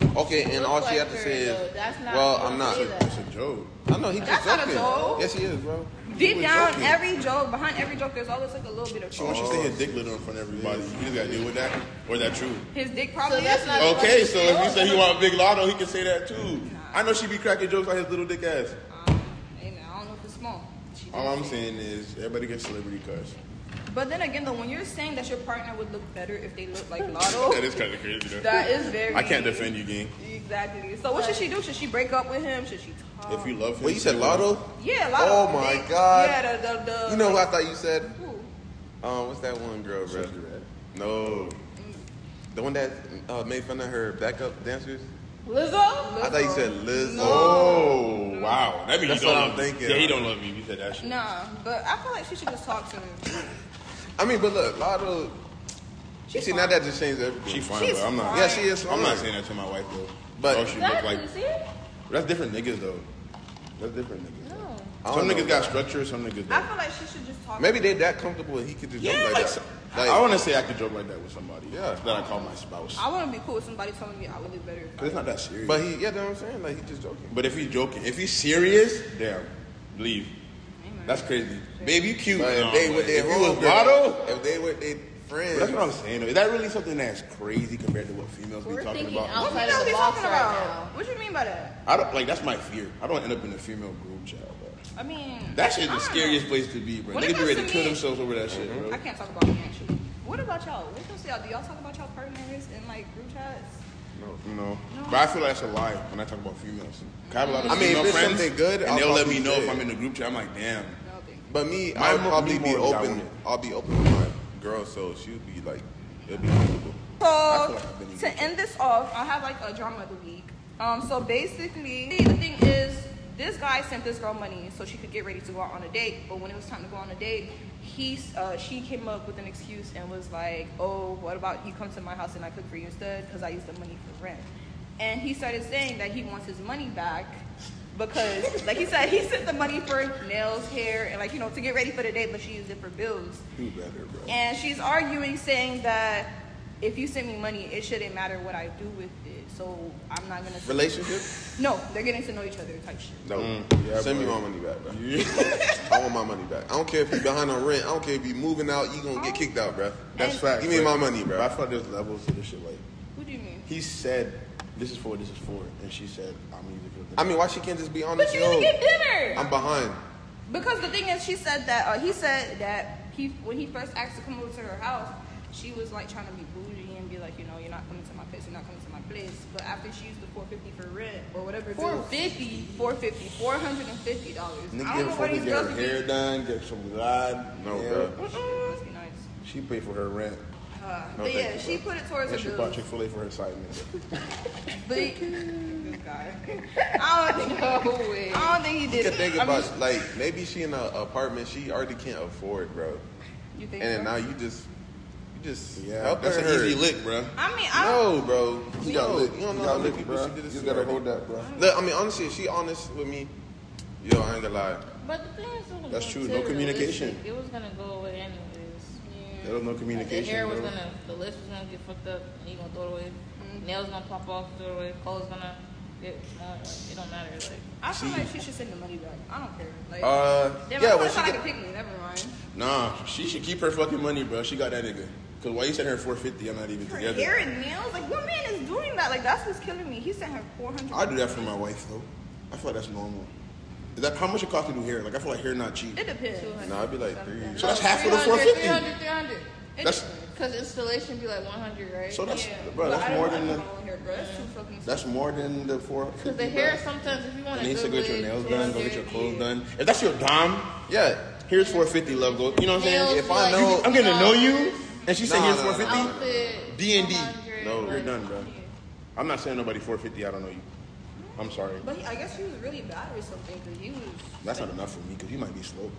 would.
Okay, and
Look
all she
like
had to
her,
say
though.
is,
That's not-
"Well,
you
I'm
don't
not."
say that.
It's a joke.
I know he just
That's not a
joking.
joke.
Yes, he is, bro. He
Deep
was
down,
joking.
every joke, behind every joke, there's always like a little bit of
So when
truth.
she
Oh,
say his dick little in front of everybody, you just gotta deal with that, or is that true?
His dick probably
So that's
is. Um,
not-
Okay, so if he said he want Big Lotto, he can say that too. I know she be cracking jokes on his little dick ass.
Um, hey, man, I don't know if it's small. She
All
did
I'm
say-
saying is everybody gets celebrity crush.
But then again, though, when you're saying that your partner would look better if they look like Lotto,
That is kind of crazy. though.
that is very.
I can't defend you, gang.
Exactly. So what should she do? Should she break up with him? Should she talk?
If you love him,
Wait, you said
stay with him.
Lotto?
Yeah, Lotto.
Oh my
They-
God.
Yeah, the the, the
You know who I thought you said?
Who?
Um, what's that one girl, bro?
Sister Red.
No. The one that uh, made fun of her backup dancers?
Lizzo?
I thought you said
Uh,
Liz.
Oh wow, that means
That's
you don't
what I'm
love me.
thinking.
Yeah, he don't love me. You said that shit.
Nah, but I feel like she should just talk to him.
I mean, but look, Lotto.
She's
see, now that just changed everything.
She fine,
She's
but I'm not.
fine.
yeah, she is.
I'm not
fine.
saying that to my wife though.
But-
oh, she look
Exactly,
like
see?
that's different niggas though. That's different niggas. though.
I don't
Some
know.
niggas got structure, some niggas
I
don't.
feel like she should just talk.
Maybe
to
they that comfortable and he could just
Yeah,
joke like,
like,
that.
some-
Like,
I want to say I could joke like that with somebody.
Yeah.
that I call my spouse.
I want to be cool with somebody telling me I would look better. If I,
But it's not that serious.
but he, yeah, that's what I'm saying. Like, he just joking.
But if he's joking, if he's serious, damn, leave. That's crazy. Babe, you cute.
But
No,
if they
like,
with their
if you was
homegirl,
Lotto,
if they with their
but
friends,
that's what I'm saying. though. Is that really something that's crazy compared to what females
We're
be talking
thinking
about?
out-
what you
Outside
know
of the
we
box
talking
right
about?
now.
What you mean by that?
I don't like. That's my fear. I don't end up in a female group chat. Bro.
I mean,
That shit is
I don't
the
know.
scariest place to be, bro.
When
Niggas
it
be
comes
ready to
to
kill
me-
themselves over that shit, bro.
I can't talk about me actually. What about y'all? What comes to y'all? Do y'all talk about y'all partners in like group chats?
No, no. But I feel like that's a lie when I talk about females. 'Cause I have a lot of
I mean, if
female
it's
friends,
something good,
and
I'll
they'll let
probably
me know
say
if
it.
I'm in the group chat. I'm like, damn.
No, I think.
But me,
Mine
I'll
would
probably
be
be
more
open.
dominant.
I'll be open with my girl, so she'll be like, it'll be comfortable.
feel like I've been
So
in
to
good
end this off, I have like a drama of the week. Um, so basically, the thing is, this guy sent this girl money so she could get ready to go out on a date. But when it was time to go on a date, he uh, she came up with an excuse and was like, "Oh, what about you come to my house and I cook for you instead because I use the money for rent." And he started saying that he wants his money back because, like he said, he sent the money for nails, hair, and like you know to get ready for the date, but she used it for bills.
You better, bro.
And she's arguing, saying that if you send me money, it shouldn't matter what I do with it. So I'm not gonna.
Relationship?
No, they're getting to know each other type shit.
No.
yeah,
Send me
bro.
my money back, bro. I want my money back. I don't care if you behind on rent. I don't care if you moving out. You gonna get kicked out, bro.
That's
And-
fact.
Give me
bro.
my money, bro.
But I feel like there's levels to this shit. Like
Who do you mean?
he said, "This is for, this is for," and she said, "I'm using for."
I mean, why she can't just be
But
honest?
you didn't
Yo,
get dinner.
I'm behind.
Because the thing is, she said that uh, he said that he when he first asked to come over to her house, she was like trying to be bougie and be like, you know, you're not coming to my place, you're not coming to my place. But after she used the 450 for rent or whatever, it was-
450?
450, 450 dollars. I
nigga
don't know
get
where
fucking
these
get
girls
her
be.
hair done, get some rod.
No,
yeah.
bro.
Must be nice.
She paid for her rent,
Uh,
No,
but
thank
yeah,
you,
she put it towards her
and she bought
bills.
Chick Fil A for her side nigga.
But this guy, I don't think,
No way.
I don't think he
You
did.
can
it.
think
I mean,
about like maybe she in an apartment she already can't afford, bro.
you think
And then
so?
now you just you just
Yeah,
help
that's
her.
an easy lick, bro.
I mean, I don't.
No, bro.
You
no,
got lick.
you
You
don't know how
got
many
lick,
people
bro.
she did this
You
to
gotta
already.
hold that, bro.
Look, I mean, honestly, if she honest with me, yo, I ain't gonna lie.
But the thing is, it was
That's true,
gonna say
no
the
communication.
lipstick, It was gonna go away anyways.
There was no
The
communication.
hair was
bro.
gonna, the lips was gonna get fucked up, and you gonna throw it away. Nails gonna pop off, throw it away. Clothes gonna, get, uh, it don't matter. Like,
I feel like she should send the money back. I don't care. Like,
Uh,
damn,
yeah,
I
when
would've
she
thought I
get,
could pick me. Never mind.
nah, she should keep her fucking money, bro. She got that nigga. Cause why you sent her 450? I'm not even
Her
together.
hair and nails. Like, what man is doing that? Like, that's what's killing me. He sent her four hundred.
I do that for my wife though. I feel like that's normal. Is that how much it costs to do hair? Like I feel like hair not cheap.
It depends.
Nah, I'd be like three.
So that's half of the
300,
450.
300, 300.
It
That's
depends.
Cause installation be like 100, right?
so that's
Yeah,
bro.
but I
That's
don't
more
like
than the
my long hair, bro. It's too fucking.
that's more than the 450.
Cause the
bro.
hair sometimes if you
And
want to.
then you still go get your nails done, go get your clothes done. If that's your dom,
Yeah.
here's 450. Love go. You know what I'm saying?
Nails,
If I
like,
know, I'm getting to know you,
flowers.
and she said
Nah,
here's
nah, nah,
450.
Outfit.
D&D.
100,
No,
like-
You're done, bro. I'm not saying nobody 450. I don't know you. I'm sorry.
But he, I guess she was really bad or something. Cause he was.
That's not enough for me because you might be slow.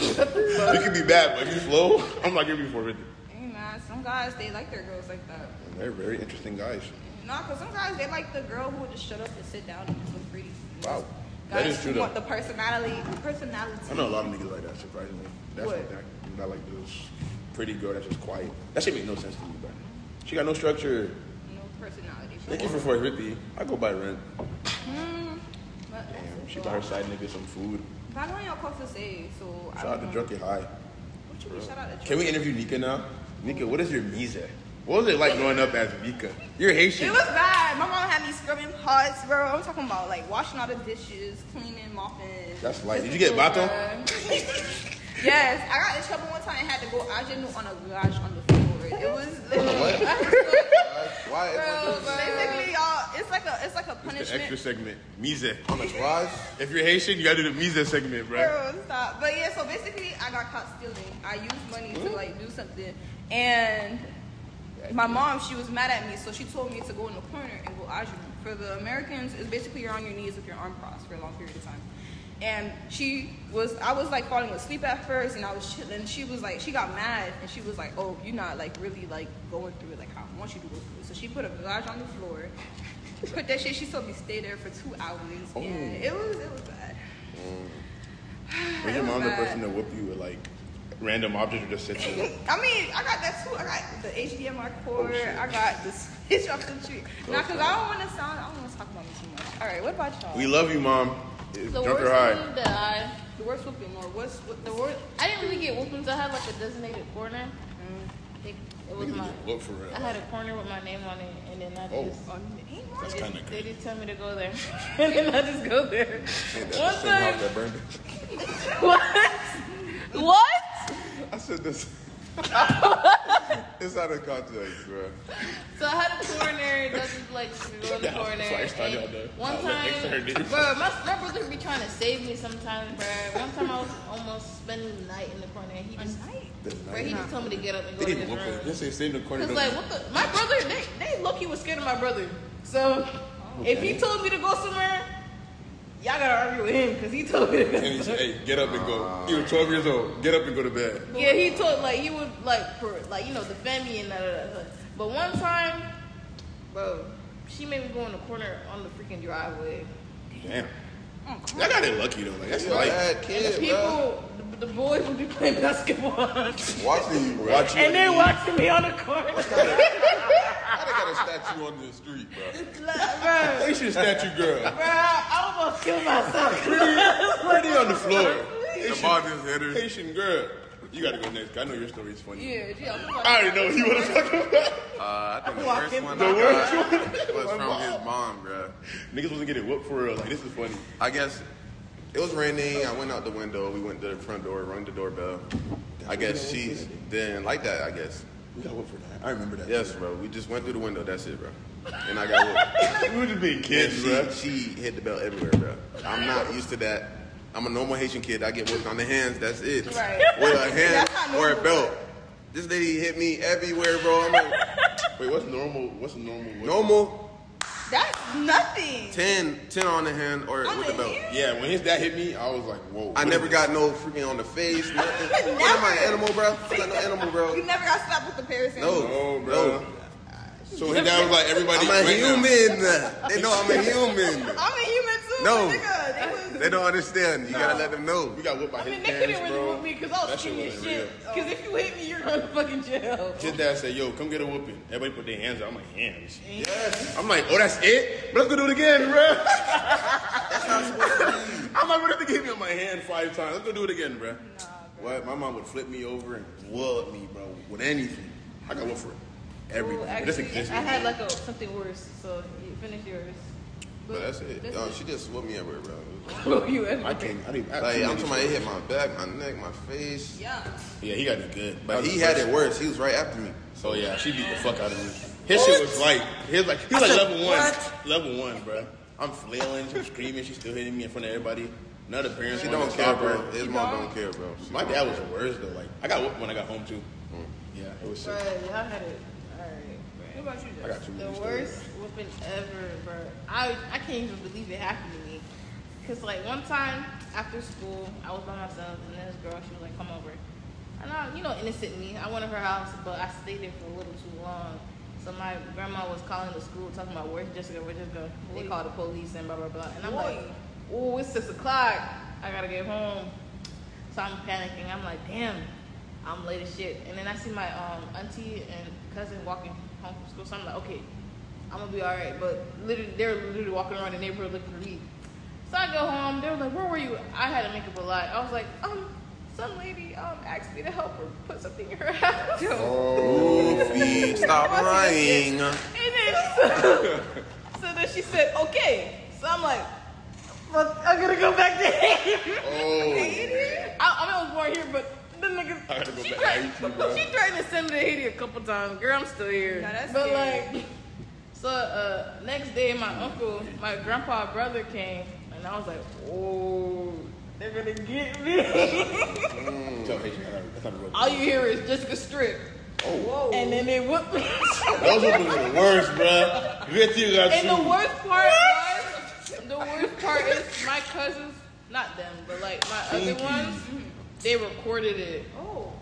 you could be bad, but if you slow, I'm not giving you 450.
Hey man, some guys they like their girls like that.
And they're very interesting guys.
No, because some guys they like the girl who would just shut up and sit down and just look pretty.
Wow.
Guys
That is true,
who want
though.
the personality, personality.
I know a lot of niggas like that, surprisingly. That's
What?
what that, that like this pretty girl that's just quiet. That shit make no sense to me, bro. She got no structure.
No personality.
Thank you for 450. I go buy rent.
But-
Damn, she bought her side nigga some food.
But I know y'all close to say, so I
Shout out
don't
to
know.
Drunken High.
What you mean, shout out to
Can we interview Nika now? Nika, what is your music? What was it like growing up as Nika? You're
It
Haitian.
was bad. My mom had me scrubbing pots, bro. I'm talking about like washing all the dishes, cleaning, mopping.
That's light. Did you get baton?
Bruh. Yes, I got in trouble one time and had to go ingenue on a garage on the floor. It was
What? Why is
Bro,
my dude-
basically y'all. It's like a it's like a
It's the extra
punishment.
segment. Mise.
on the garage?
If you're Haitian, you gotta do the Mise segment, bro.
Bro, stop. But yeah, so basically I got caught stealing. I used money to like do something, and my mom she was mad at me, so she told me to go in the corner and go ingenue. For the Americans, it's basically you're on your knees with your arm crossed for a long period of time. And she was, I was like falling asleep at first, and I was chilling. She was like, she got mad, and she was like, "Oh, you're not like really like going through it like how I want you to go through." it." So she put a garage on the floor, put that shit. She told me stay there for two hours, and it was it was bad.
Oh. Mm. Was your mom the
Bad.
person that whooped you with like random objects or just sit you? up?
I mean, I got that too. I got the HDMI
Oh,
cord. I got the switch off the tree. Now, cause I don't want to sound. I don't want to talk about me too much. All right, what about y'all?
We love you, mom. It's
The
drunk
worst
or high.
thing that I
the worst whooping or what's what
the
the
worst I didn't really get whoopings. I had like a designated corner.
Mm.
It, it was
Niggas
my
get whooped for real.
I had a corner with my name on it, and then I
Oh.
just.
on the name?
That's
They
kind of
just, they
good.
just tell me to go there, and then I just go there.
Ain't that
One
the same
time-
house that burned?
What? What?
I said this. it's out of context, bro.
So I had a corner, that was like go in the
Yeah,
corner.
that's why I started
and
on the-
one
on the next to her
time,
neighbor.
bro, my, my brother be trying to save me sometimes, bro. One time I was almost spending the night in the corner, and he just, bro, he just told me to get up and go
They
to
didn't
his
whoop her. They
room.
say stay in the corner.
Cause
don't-
like, what the? My brother, they they low key was scared of my brother. So
Oh,
if he told me to go somewhere, y'all gotta argue with him, cause he told me to go.
And he said, hey, get up and
Ah.
go. You were 12 years old. Get up and go to bed.
Yeah, he told like he would like for like you know defend me and that, that, that. But one time, bro, she made me go in the corner on the freaking driveway.
Damn.
Mm.
That got it lucky though. Like that's
You a
life.
bad
And the
kid, bro.
people, the, the boys would be playing basketball and
Watching you, bro.
Watch it.
they watching me on the corner.
I done got a statue on the street, bro.
Like, bro,
They should statue girl.
bro, I almost killed myself.
Pretty on the floor.
The ball just hit her.
Haitian girl. You gotta go next. I know your story's funny.
Yeah, gee, I'm like,
I already know what you wanna talk about.
Uh, I think the
Walking
first one
the
I
worst
got was from his mom, bro.
Niggas wasn't getting whooped for real. Like this is funny.
I guess it was raining. I went out the window. We went to the front door, rung the doorbell. I guess she didn't like that, I guess.
We got whooped for that. I remember that.
Yes, bro. We just went through the window. That's it, bro. And I got whooped.
We were just being
And
kids, bro.
she, she hit the bell everywhere, bro. I'm not used to that. I'm a normal Haitian kid. I get whooped on the hands. That's it.
Right.
With a hand
That's not
or a
normal.
belt. This lady hit me everywhere, bro. I'm like,
Wait, what's normal? What's normal? What's
normal,
that's nothing.
10, 10 on the hand or
On
with the
the
belt.
hand?
Yeah, when his dad hit me, I was like, whoa.
I never got no freaking on the face, nothing. What am I, an animal, bro? I'm not no animal,
You
bro.
never got slapped with comparison.
No,
No, bro.
no.
So his dad was like, everybody.
I'm
right
a
now.
human. They know I'm a human.
I'm a human too.
No.
nigga. They was,
They don't understand. You gotta let them know.
We got whooped by
I mean,
his
they couldn't
parents,
really
bro.
whoop me because I
That
was
shit
skinny as
wasn't
shit. Because if you hit me, you're going to fucking jail.
His dad said, yo, come get a whooping. Everybody put their hands out. I'm like, hands. I'm like, oh, that's it? But let's go do it again, bro. I'm like, what if they gave me on my hand five times? Let's go do it again, bro. What? My mom would flip me over and whoop me, bro, with anything. I got whooped for everything.
Ooh,
But this
actually,
exists.
I had like a something worse, so you finish yours.
But that's it. Yo, she just whooped me everywhere, bro.
Bro, you ever?
I can't. I didn't. I
Like,
too
I'm
many
talking about it
stories.
hit my back, my neck, my face.
yeah.
Yeah, he got it good.
But
That
he
was
had
the
it
first-
worse. He was right after me.
So yeah, she beat the fuck out of me. His shit was like, his like, he was like level one, level one, bro. I'm flailing, I'm screaming, she's still hitting me in front of everybody. None of the parents
She
wanted
don't
to
care,
stop
bro.
her.
His mom don't care, bro. She
My
don't
dad was
care.
the worst though. Like, I got whooped when I got home too.
Mm.
Yeah, it was
Bro,
sick.
y'all had it. Alright.
What about you?
I got two.
The worst whooping ever, bro. I I can't even believe it happened to me. Cause like one time after school, I was by myself, and this girl, she was like, "Come over." And I, you know, innocent me. I went to her house, but I stayed there for a little too long. So my grandma was calling the school, talking about where's Jessica, where's Jessica. They called the police and blah blah blah. And I'm like,
Boy.
"Oh, it's six o'clock. I gotta get home." So I'm panicking. I'm like, "Damn, I'm late as shit." And then I see my um, auntie and cousin walking home from school. So I'm like, "Okay, I'm gonna be all right. But literally, they were literally walking around the neighborhood looking for me. So I go home. They were like, "Where were you?" I had to make up a lie. I was like, "Um, some lady um asked me to help her put something in her house."
Goofy, stop lying.
And then so, so then she said, "Okay." So I'm like, fuck. I'm gonna go back to Haiti.
Oh,
I, I mean, I was born here, but the nigga.
I gotta go
she,
back to
threatened,
Haiti, bro.
she threatened to send me to Haiti a couple times. Girl, I'm still here.
Nah, that's
but
scary.
like, so uh, next day, my uncle, my grandpa, brother came, and I was like, oh, they're gonna get me.
Tell Haitian that's not- that's not a real.
All you hear is Jessica Strip.
Oh,
Whoa.
And then they whooped me.
those are the worst, bro. Great you got
And
you.
the worst part was, the worst part is my cousins, not them, but like my other ones, they recorded it.
Oh.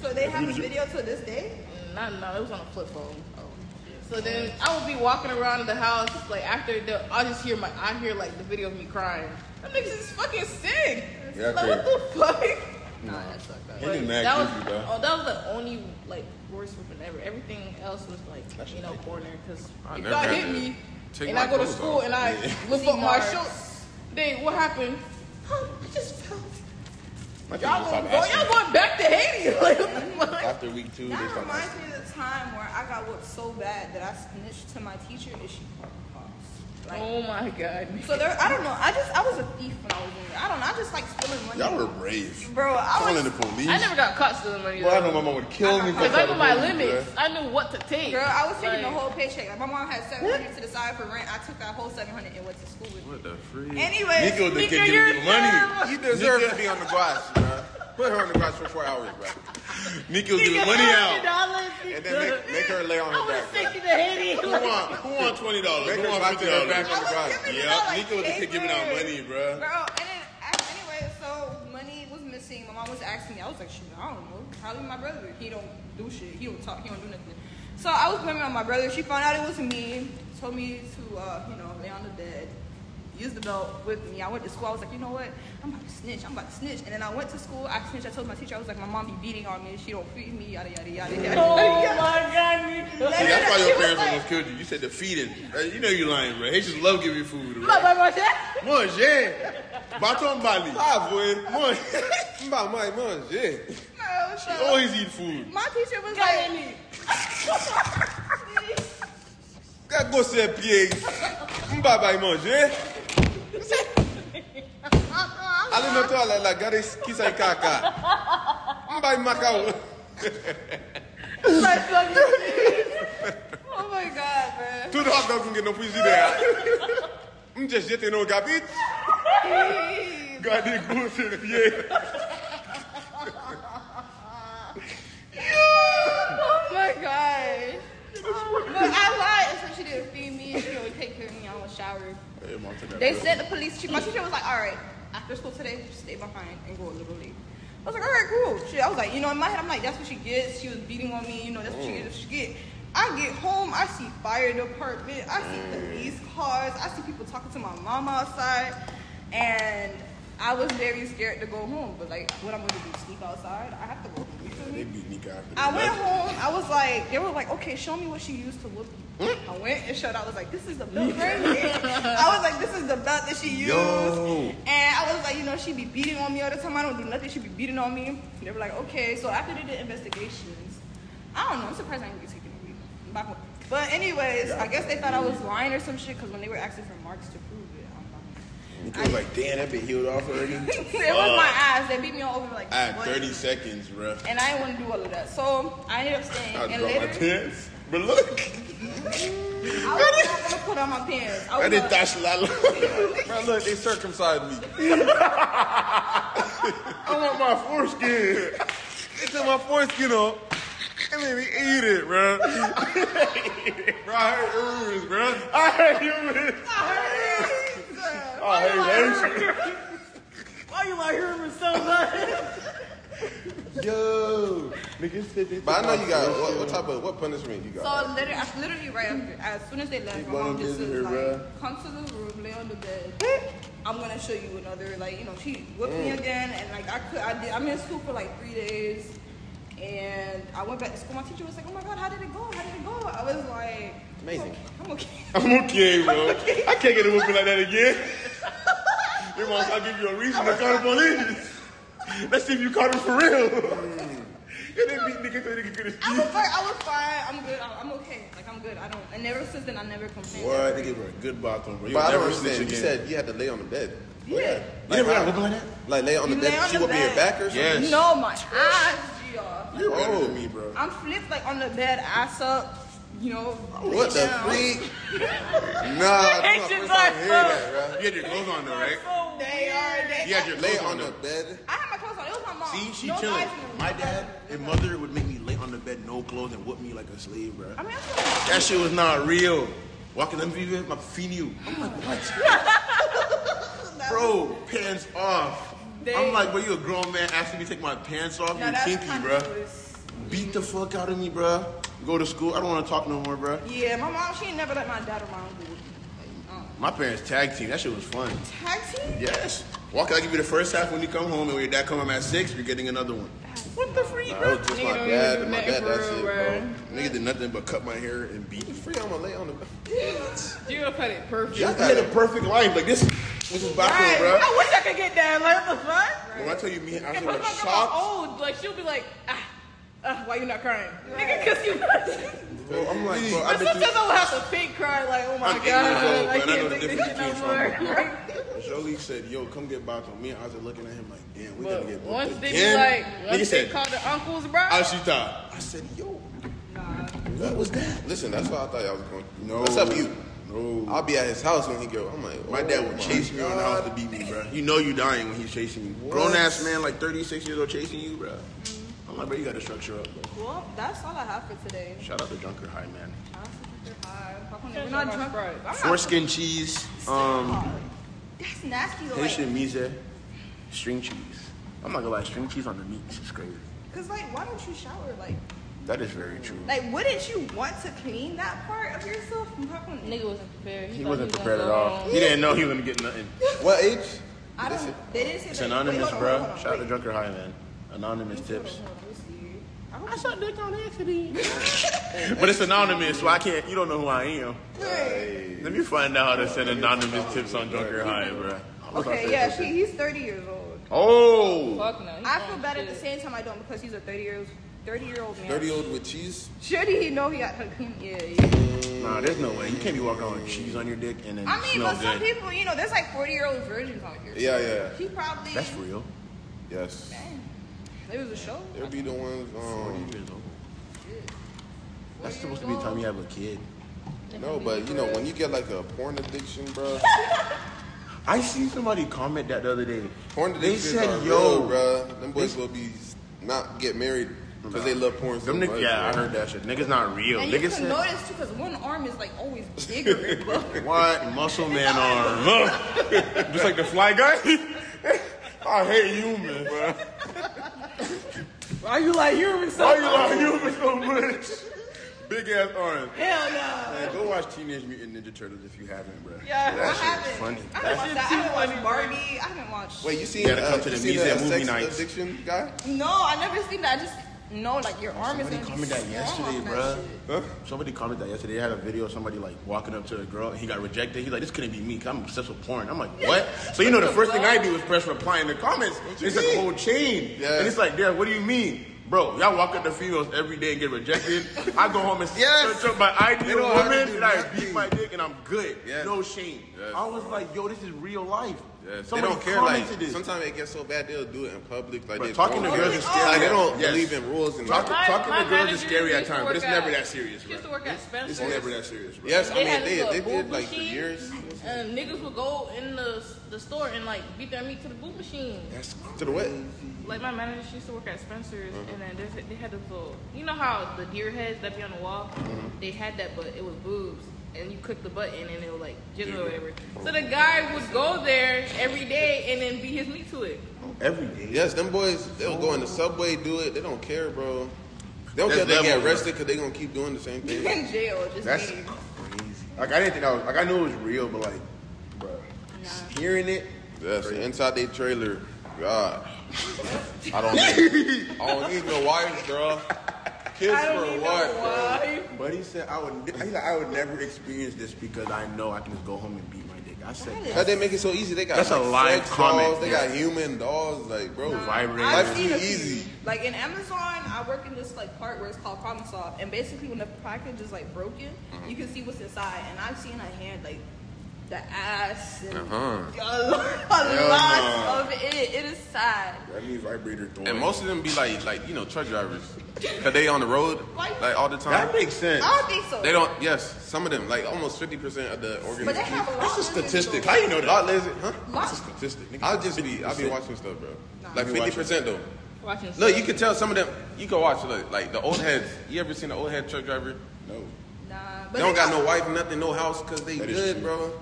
So they have the video to this day?
Not, no, it was on a flip phone. Oh. So then I would be walking around the house, like after the, I just hear my, I hear like the video of me crying. That niggas is fucking sick.
Yeah,
like, what the fuck?
Nah, that sucked up.
He
But
did mad
that was
creepy, bro.
oh, that was the only like worst whipping ever. Everything else was like you know corner because
I
if
never
y'all
had
hit
to
me
take
and
my
I go to
clothes
school
off.
and I
Yeah.
lift
See
up my
marks.
shorts, then what happened? Huh, I just fell.
My teacher
Y'all
stopped
going,
asking
y'all
me.
going back to Haiti? Like what the fuck?
After week two, they
That
stopped
reminds
asking.
me of the time where I got whipped so bad that I snitched to my teacher and she called the cops. Like,
Oh my god.
So there, I don't know. I just, I was a thief when I was younger. I don't know. I just like stealing money.
Y'all were brave.
Bro, I
Calling
was-
the police.
I never got caught stealing money.
Bro, I know my mom would kill me for
Cause I knew
calling
my
the police,
limits. I knew what to take.
Girl, I was taking the
Like,
whole paycheck. Like my mom had seven hundred to the side for rent. I took that whole seven hundred and went to school with
bro.
it.
What the freak?
Anyway,
Nico, the
Nico,
kid
you're
giving me
terrible.
money.
He
deserves to be on the grass, bro. Put her on the grass for four hours, bro. Nico's giving money
$100
out. And then make, make her lay on
I
her
would
back.
have
bro.
sent you to Haiti.
Who want, who want twenty dollars?
Make
Who
her
want
back to
fifty
her back
dollars?
on the
I was
grass.
giving
Yeah.
it out, like,
Nico was the kid giving out
papers.
money, bro.
Bro, and then a- anyway, so money was missing. My mom was asking me. I was like, shit, I don't know. Probably my brother. He don't do shit. He don't talk. He don't do nothing. So I was blaming it on my brother. She found out it was me. Told me to, uh, you know, lay on the bed. Use the belt with me. I went to school. I was like, you know what? I'm about to snitch. I'm about to snitch. And then I went to school. I snitched. I told my teacher. I was like, my mom be beating on me. She don't feed me. Yada yada yada yada.
Oh
yada.
my god, Nico.
Like,
See, that's why
she
your
was
parents
like-
almost killed you. You said the feeding. Uh, You know you lying, bro. Haitians love giving you food, bro.
Mama, mama.
Manger. Baton Bali.
Ah, boy.
Manger. Mba, my manger.
No, so-
Oh.
Always eat food.
My teacher was
Got
like,
any?
Got go se pie. Mba, bay manger. Ale no toilet la gare ki sa kaka. Mba, makao.
Like, fuck.
oh my god, man.
Tout hot dog mwen gen nou pwizi de ya. Mwen jes jete nou gapit. Gade go se pie.
Oh my god. But I lied, so she didn't feed me and she would take care of me. I was showered. They sent the police chief. My teacher was like, all right, after school today, just stay behind and go a little late. I was like, all right, cool. Shit, I was like, you know, in my head, I'm like, that's what she gets. She was beating on me. You know, that's what she gets. That's what she get. I get home, I see fire department, I see police cars, I see people talking to my mom outside, and I was very scared to go home. But like, what I'm gonna do? Sneak outside? I have to go home. You feel me?
They beat Nico after
I went
that.
home. I was like, they were like, okay, show me what she used to whoop you. I went and showed. I was like, this is the belt right here. I was like, this is the belt that she used.
Yo.
And I was like, you know, she be beating on me all the time. I don't do nothing. She be beating on me. They were like, okay. So after they did investigations, I don't know. I'm surprised I didn't get taken away. Back home. But anyways, I guess they thought I was lying or some shit because when they were asking for marks to prove it, I'm
Nico
not.
was like, damn, that been healed off already.
it was my eyes. They beat me all over like.
I had
what?
30 seconds, bro.
And I didn't want to do all of that. So I ended up staying.
I
and
dropped my
later,
pants. But look.
I was not gonna put on my pants. I
I
was gonna,
didn't dash a lot.
Bro, look, they circumcised me. I want my foreskin. They took my foreskin off and made me eat it, bro. bro, I heard rumors, bro. I heard rumors. I heard Haitians.
Why you out here for so much?
Yo, niggas said they.
But I know you got what, what type of what punishment you got?
so literally, I- literally right after, as soon as they left,
Keep
my
going
mom just
visit
was
her,
like,
bruh.
"Come to the room, lay on the bed. I'm gonna show you another." Like you know, she whipped me
Mm.
again, and like I could, I did. I'm in school for like three days, and I went back to school. My teacher was like, "Oh my god, how did it go? How did it go?" I was like,
Amazing.
"I'm okay."
I'm okay, bro. I can't get a whooping like that again. Your mom,
Mm.
I'll give you a reason to call the police. Let's see if you caught him for real.
It beat nigga so nigga could
I was fine. I was fine. I'm good. I'm, I'm okay. Like I'm good. I don't. And never since then, I never complained.
What? They gave her a good bathroom, bro.
But I don't understand. You said you had to lay on the bed.
Yeah.
You never got whooping like that?
Like lay on the
You lay
bed.
on
She
the
would be your
bed.
back or something.
Yes.
No, my ass, y'all.
You're better than me, bro.
I'm flipped like on the bed, ass up. You know.
What the
down.
freak? nah, that's my
Shit's
first
like
time hearing that, bro.
You had your clothes on though, right?
They are. They.
You had your
Lay
clothes
on
on
the
though.
bed.
I had my clothes on. It was my mom.
See, she
no
chilling.
guys in the
My
room.
dad and mother would make me lay on the bed, no clothes, and whoop me like a slave, bro.
I mean, I'm feeling-
That shit was not real. Walking them people, my feet knew. I'm like, what? bro, pants off. I'm like, bro, you a grown man asking me to take my pants off?
now
you
that's
kinky, bro.
continuous.
Beat the fuck out of me, bro. Go to school. I don't want to talk no more, bro.
Yeah, my mom. She ain't never let my dad around. Dude.
My parents tag team. That shit was fun.
Taxi?
Yes. Walk. I give you the first half when you come home, and when your dad come home at six, you're getting another one.
What the freak,
Nah,
bro?
it was just
Nigga
my
don't
dad
even
and my
do
dad.
nothing for
That's it,
real,
bro.
Nigga did nothing but cut my hair and beat. me.
Free, I'm gonna lay on the bed.
You would put it perfect.
Y'all had a perfect life. Like this, this is
Right.
backwards, bro.
I wish I could get that. Like, what the fuck?
When I tell you, me and Ashley
If
were
I'm talking
shocked.
about old, like, she'll be like, ah, ah why you not crying? Nigga, because you
Bro, I'm like, bro,
But
I've been through
sometimes I will have to fake cry, like, oh my
I'm eight
god,
years old,
I
but I
can't
know the
take this shit
difference
no
between trauma.
more. Right?
Jolie said, yo, come get Bato. Me and Isaac looking at him like, damn, we
But
gotta get booked
once they be
again.
like,
Nigga
once they
said,
call the uncles, bro.
"How she thought?" I said, yo, what was that?
Listen, that's why I thought y'all was going.
No.
What's up, you?
No.
I'll be at his house when he go. I'm like,
my
oh
dad would
my
chase me on the house
God.
to beat me, bro. You know you dying when he's chasing you. Grown ass man, like 36 years old, chasing you, bro. I'm like, bro, you gotta structure up, bro.
Well, that's all I have for today.
Shout out to Junker High, man.
We're not drunk.
Foreskin cheese, um,
That's nasty, though. Like,
Haitian mise, string cheese. I'm not gonna lie, string cheese on the meat is crazy.
Cause like, why don't you shower? Like,
That is very true.
like, wouldn't you want to clean that part of yourself? Nigga,
Nigga wasn't prepared.
He
thought
wasn't
was
prepared at
gonna go
all.
home.
He didn't know he was gonna get nothing.
What age?
I
Listen,
don't. They didn't say
It's
that.
anonymous,
Wait, hold on,
bro.
hold on,
Shout out to
wait.
Drunker High Man. Anonymous tips.
Hold on, let's see.
I suck dick on accident. but it's anonymous, so I can't. You don't know who I am. Let me find out how to send anonymous tips on Drunker High, bro.
Okay, yeah, she, he's 30 years old.
Oh,
Fuck no. he
I
gone
feel bad at the
shit.
same time I don't because he's a 30 years 30 year old man.
Dirty old with cheese.
Should he know he got cocaine? Yeah, yeah.
nah, there's no way. You can't be walking around with cheese on your dick and then
I mean,
smell
but some
good.
people, you know, there's like 40 year old virgins out here.
Yeah, yeah,
He probably.
That's real.
yes.
There was a show.
It'll be the ones.
Oh,
Um,
That's supposed to be the time you have a kid.
No, but you know when you get like a porn addiction, bro.
I seen somebody comment that the other day.
Porn
They
addictions
said,
are
"Yo,
real, bro. Them boys will be s- not get married because they love porn so
Them
much.
niggas, yeah, I
bro.
heard that shit. Niggas not real.
And you
niggas
can
said,
notice too because one arm is like always bigger. and bigger.
what? Muscle man arm. Just like the fly guy? I hate humans, bro.
Why you like humans
Why you like humans so much? Big ass arms.
Hell no.
Man, go watch Teenage Mutant Ninja Turtles if you haven't, bro.
Yeah,
that
I haven't.
shit is funny.
I haven't
That
watched
shit-
that. I haven't watched Barbie. I haven't watched.
Wait, you seen?
gotta come
uh,
to the
you seen
museum movie
sex
nights.
Addiction guy.
No, I never seen that. I just know like your arm is.
Somebody
gonna be
commented that
strong
yesterday,
off that
bro.
shit.
Somebody commented that yesterday. They had a video of somebody like walking up to a girl and he got rejected. He's like, this couldn't be me 'cause I'm obsessed with porn. I'm like, what? So, you know, the first thing I do is press reply in the comments. It's like a whole chain.
Yeah.
And it's like, yeah, what do you mean? Bro, y'all walk up to females every day and get rejected. I go home and
Yes.
search up my
They
ideal
don't have to
woman
do
and I
nothing.
beat my dick and I'm good.
Yes.
No shame.
Yes,
I was like, yo, this is real life.
Yes. They
Somebody
don't care. Like
commented this.
sometimes it gets so bad they'll do it in public. Like
Bro,
they're
talking to
grown,
girls
bro.
is scary.
Like they don't
Yes.
believe in rules and.
Talking,
My-
talking
my
to girls is
manager
scary at
used to
times, but it's
work
never
at-
that serious,
She
bro.
used to work at Spencer's.
It's never that serious, bro.
Yes, I
They
mean
had this
they they
little
did
boo
like for
machine.
years
And niggas would go in the the store and like beat their meat to the boot machine.
to the what?
Like my manager, she used to work at Spencer's, and then there's, they had this little, you know how the deer heads that be on the wall,
Mm-hmm.
they had that, but it was boobs, and you click the button and it would like jiggle or whatever. So the guy would go there every day and then beat his meat to it.
Every day.
Yes, them boys they'll go in the subway do it. They don't care, bro. They don't
That's
care if they get
level, bro.
arrested because they gonna keep doing the same thing.
In jail, just
That's
being-
crazy. Like I didn't think that was like I knew it was real, but like, bro, hearing it.
Yes, inside their trailer. God. I don't need, I don't need no wife, girl. Kids
I
for
don't need
a
no
wife, bro.
wife.
But he said I would. He like, I would never experience this because I know I can just go home and beat my dick. I said
How they make it so easy? They got
That's a
like,
live
sex
comment,
dolls, They
yeah.
got human dolls, like bro.
Vibrate.
I've
Life
seen
too
a few.
easy.
Like in Amazon, I work in this like part where it's called problem solve, and basically when the package is like broken,
Mm-hmm.
you can see what's inside. And I've seen a hand like the ass and
Uh-huh.
a lot,
Hell no.
of it. It is sad.
That means vibrator thorn.
And most of them be like, like you know, truck drivers, cause they on the road
Why-
like all the time.
that makes sense.
I don't think so.
They don't. Yes, some of them, like almost fifty percent of the
but they
organized.
have a lot.
That's a
of lizards,
statistic.
though.
How you know
Lot
that?
lizard, huh?
That's a statistic. nigga.
I'll just be, I'll be
50%.
watching stuff, bro.
You
Like
be
fifty
watching
percent though.
Watching.
Look, you can tell some of them. You can watch. Look, like the old heads. You ever seen an old head truck driver?
No,
Nah, but
They don't
they
got
have-
no wife, nothing, no house, cause they
That is
good,
true.
bro.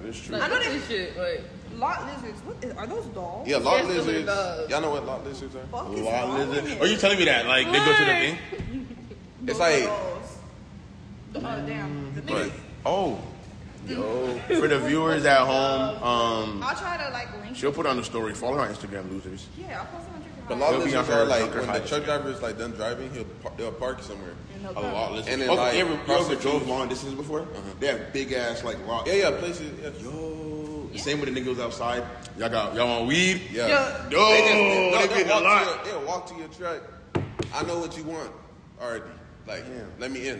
that is true.
Like,
I know
this shit. Like,
Lot lizards. What is, are those dolls?
Yeah, lot
Yes, those are
lizards.
dogs.
Y'all know what lot lizards are?
Fuck is
Lot
wrong
lizard.
with
Are you telling me that? Like they go to the thing?
Those
It's like-
are dolls. Oh damn.
Mm,
The
But
biggest-
oh,
Yo, for the viewers at home, um,
I'll try to like link.
she'll put on the story. Follow her on Instagram, losers.
Yeah, I'll post it on Twitter.
a lot
He'll be on
lizards
her
are like
Joker
when the
high.
truck driver is like done driving, he'll par- they'll park somewhere.
No
A
problem.
lot lizards.
And then,
oh,
like,
you ever, you
cross
ever
the
drove
trees.
long distances before? They have big ass like lot.
Uh-huh. Yeah, yeah, places. Yeah.
Yo, the same with the niggas outside. Y'all got y'all on weed.
Yeah.
Yo.
Yo, Oh,
They just-
they,
no,
getting
they'll
a
walk
lot.
to your- They'll walk to your truck. I know what you want already. Like,
Damn.
let me in.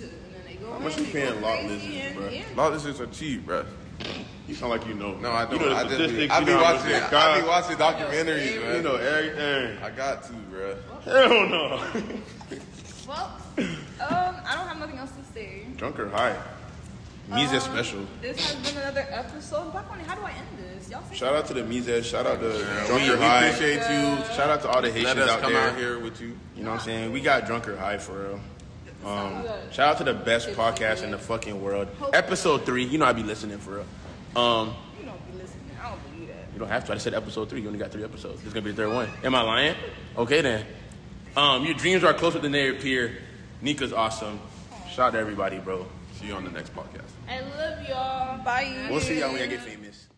And then they go
How much
in,
you
they
paying
go
lot
crazy
lizards,
and-
bruh?
and-
Lot lizards are cheap, bro.
You sound like you know.
No, I don't.
You know the
I just be,
statistics,
I
you
be
know how much
watching.
they
I
cost,
be watching documentaries, bro.
You know everything.
I got to, bro.
Hell no.
Well, um, I don't have nothing else to say.
Drunk or high. Mize
Uh,
special.
This has been another episode. Black Money, how do I end this? Y'all say
Shout out to the Mize. Shout out to Drunk
we,
or
we
High.
appreciate you.
Shout out to all the
Let
Haitians
us
out
come
there.
out here with you.
You know what I'm saying? We got drunk or high for real. Um, shout out to the best podcast in the fucking world. Episode three. You know I be listening for real. Um,
you don't be listening. I don't believe that.
you don't have to. I said episode three. You only got three episodes. This is gonna be the third one. Am I lying? Okay then. Um, your dreams are closer than they appear. Nika's awesome. Shout out to everybody, bro.
See you on the next podcast.
I love y'all.
Bye.
We'll see y'all when I get famous.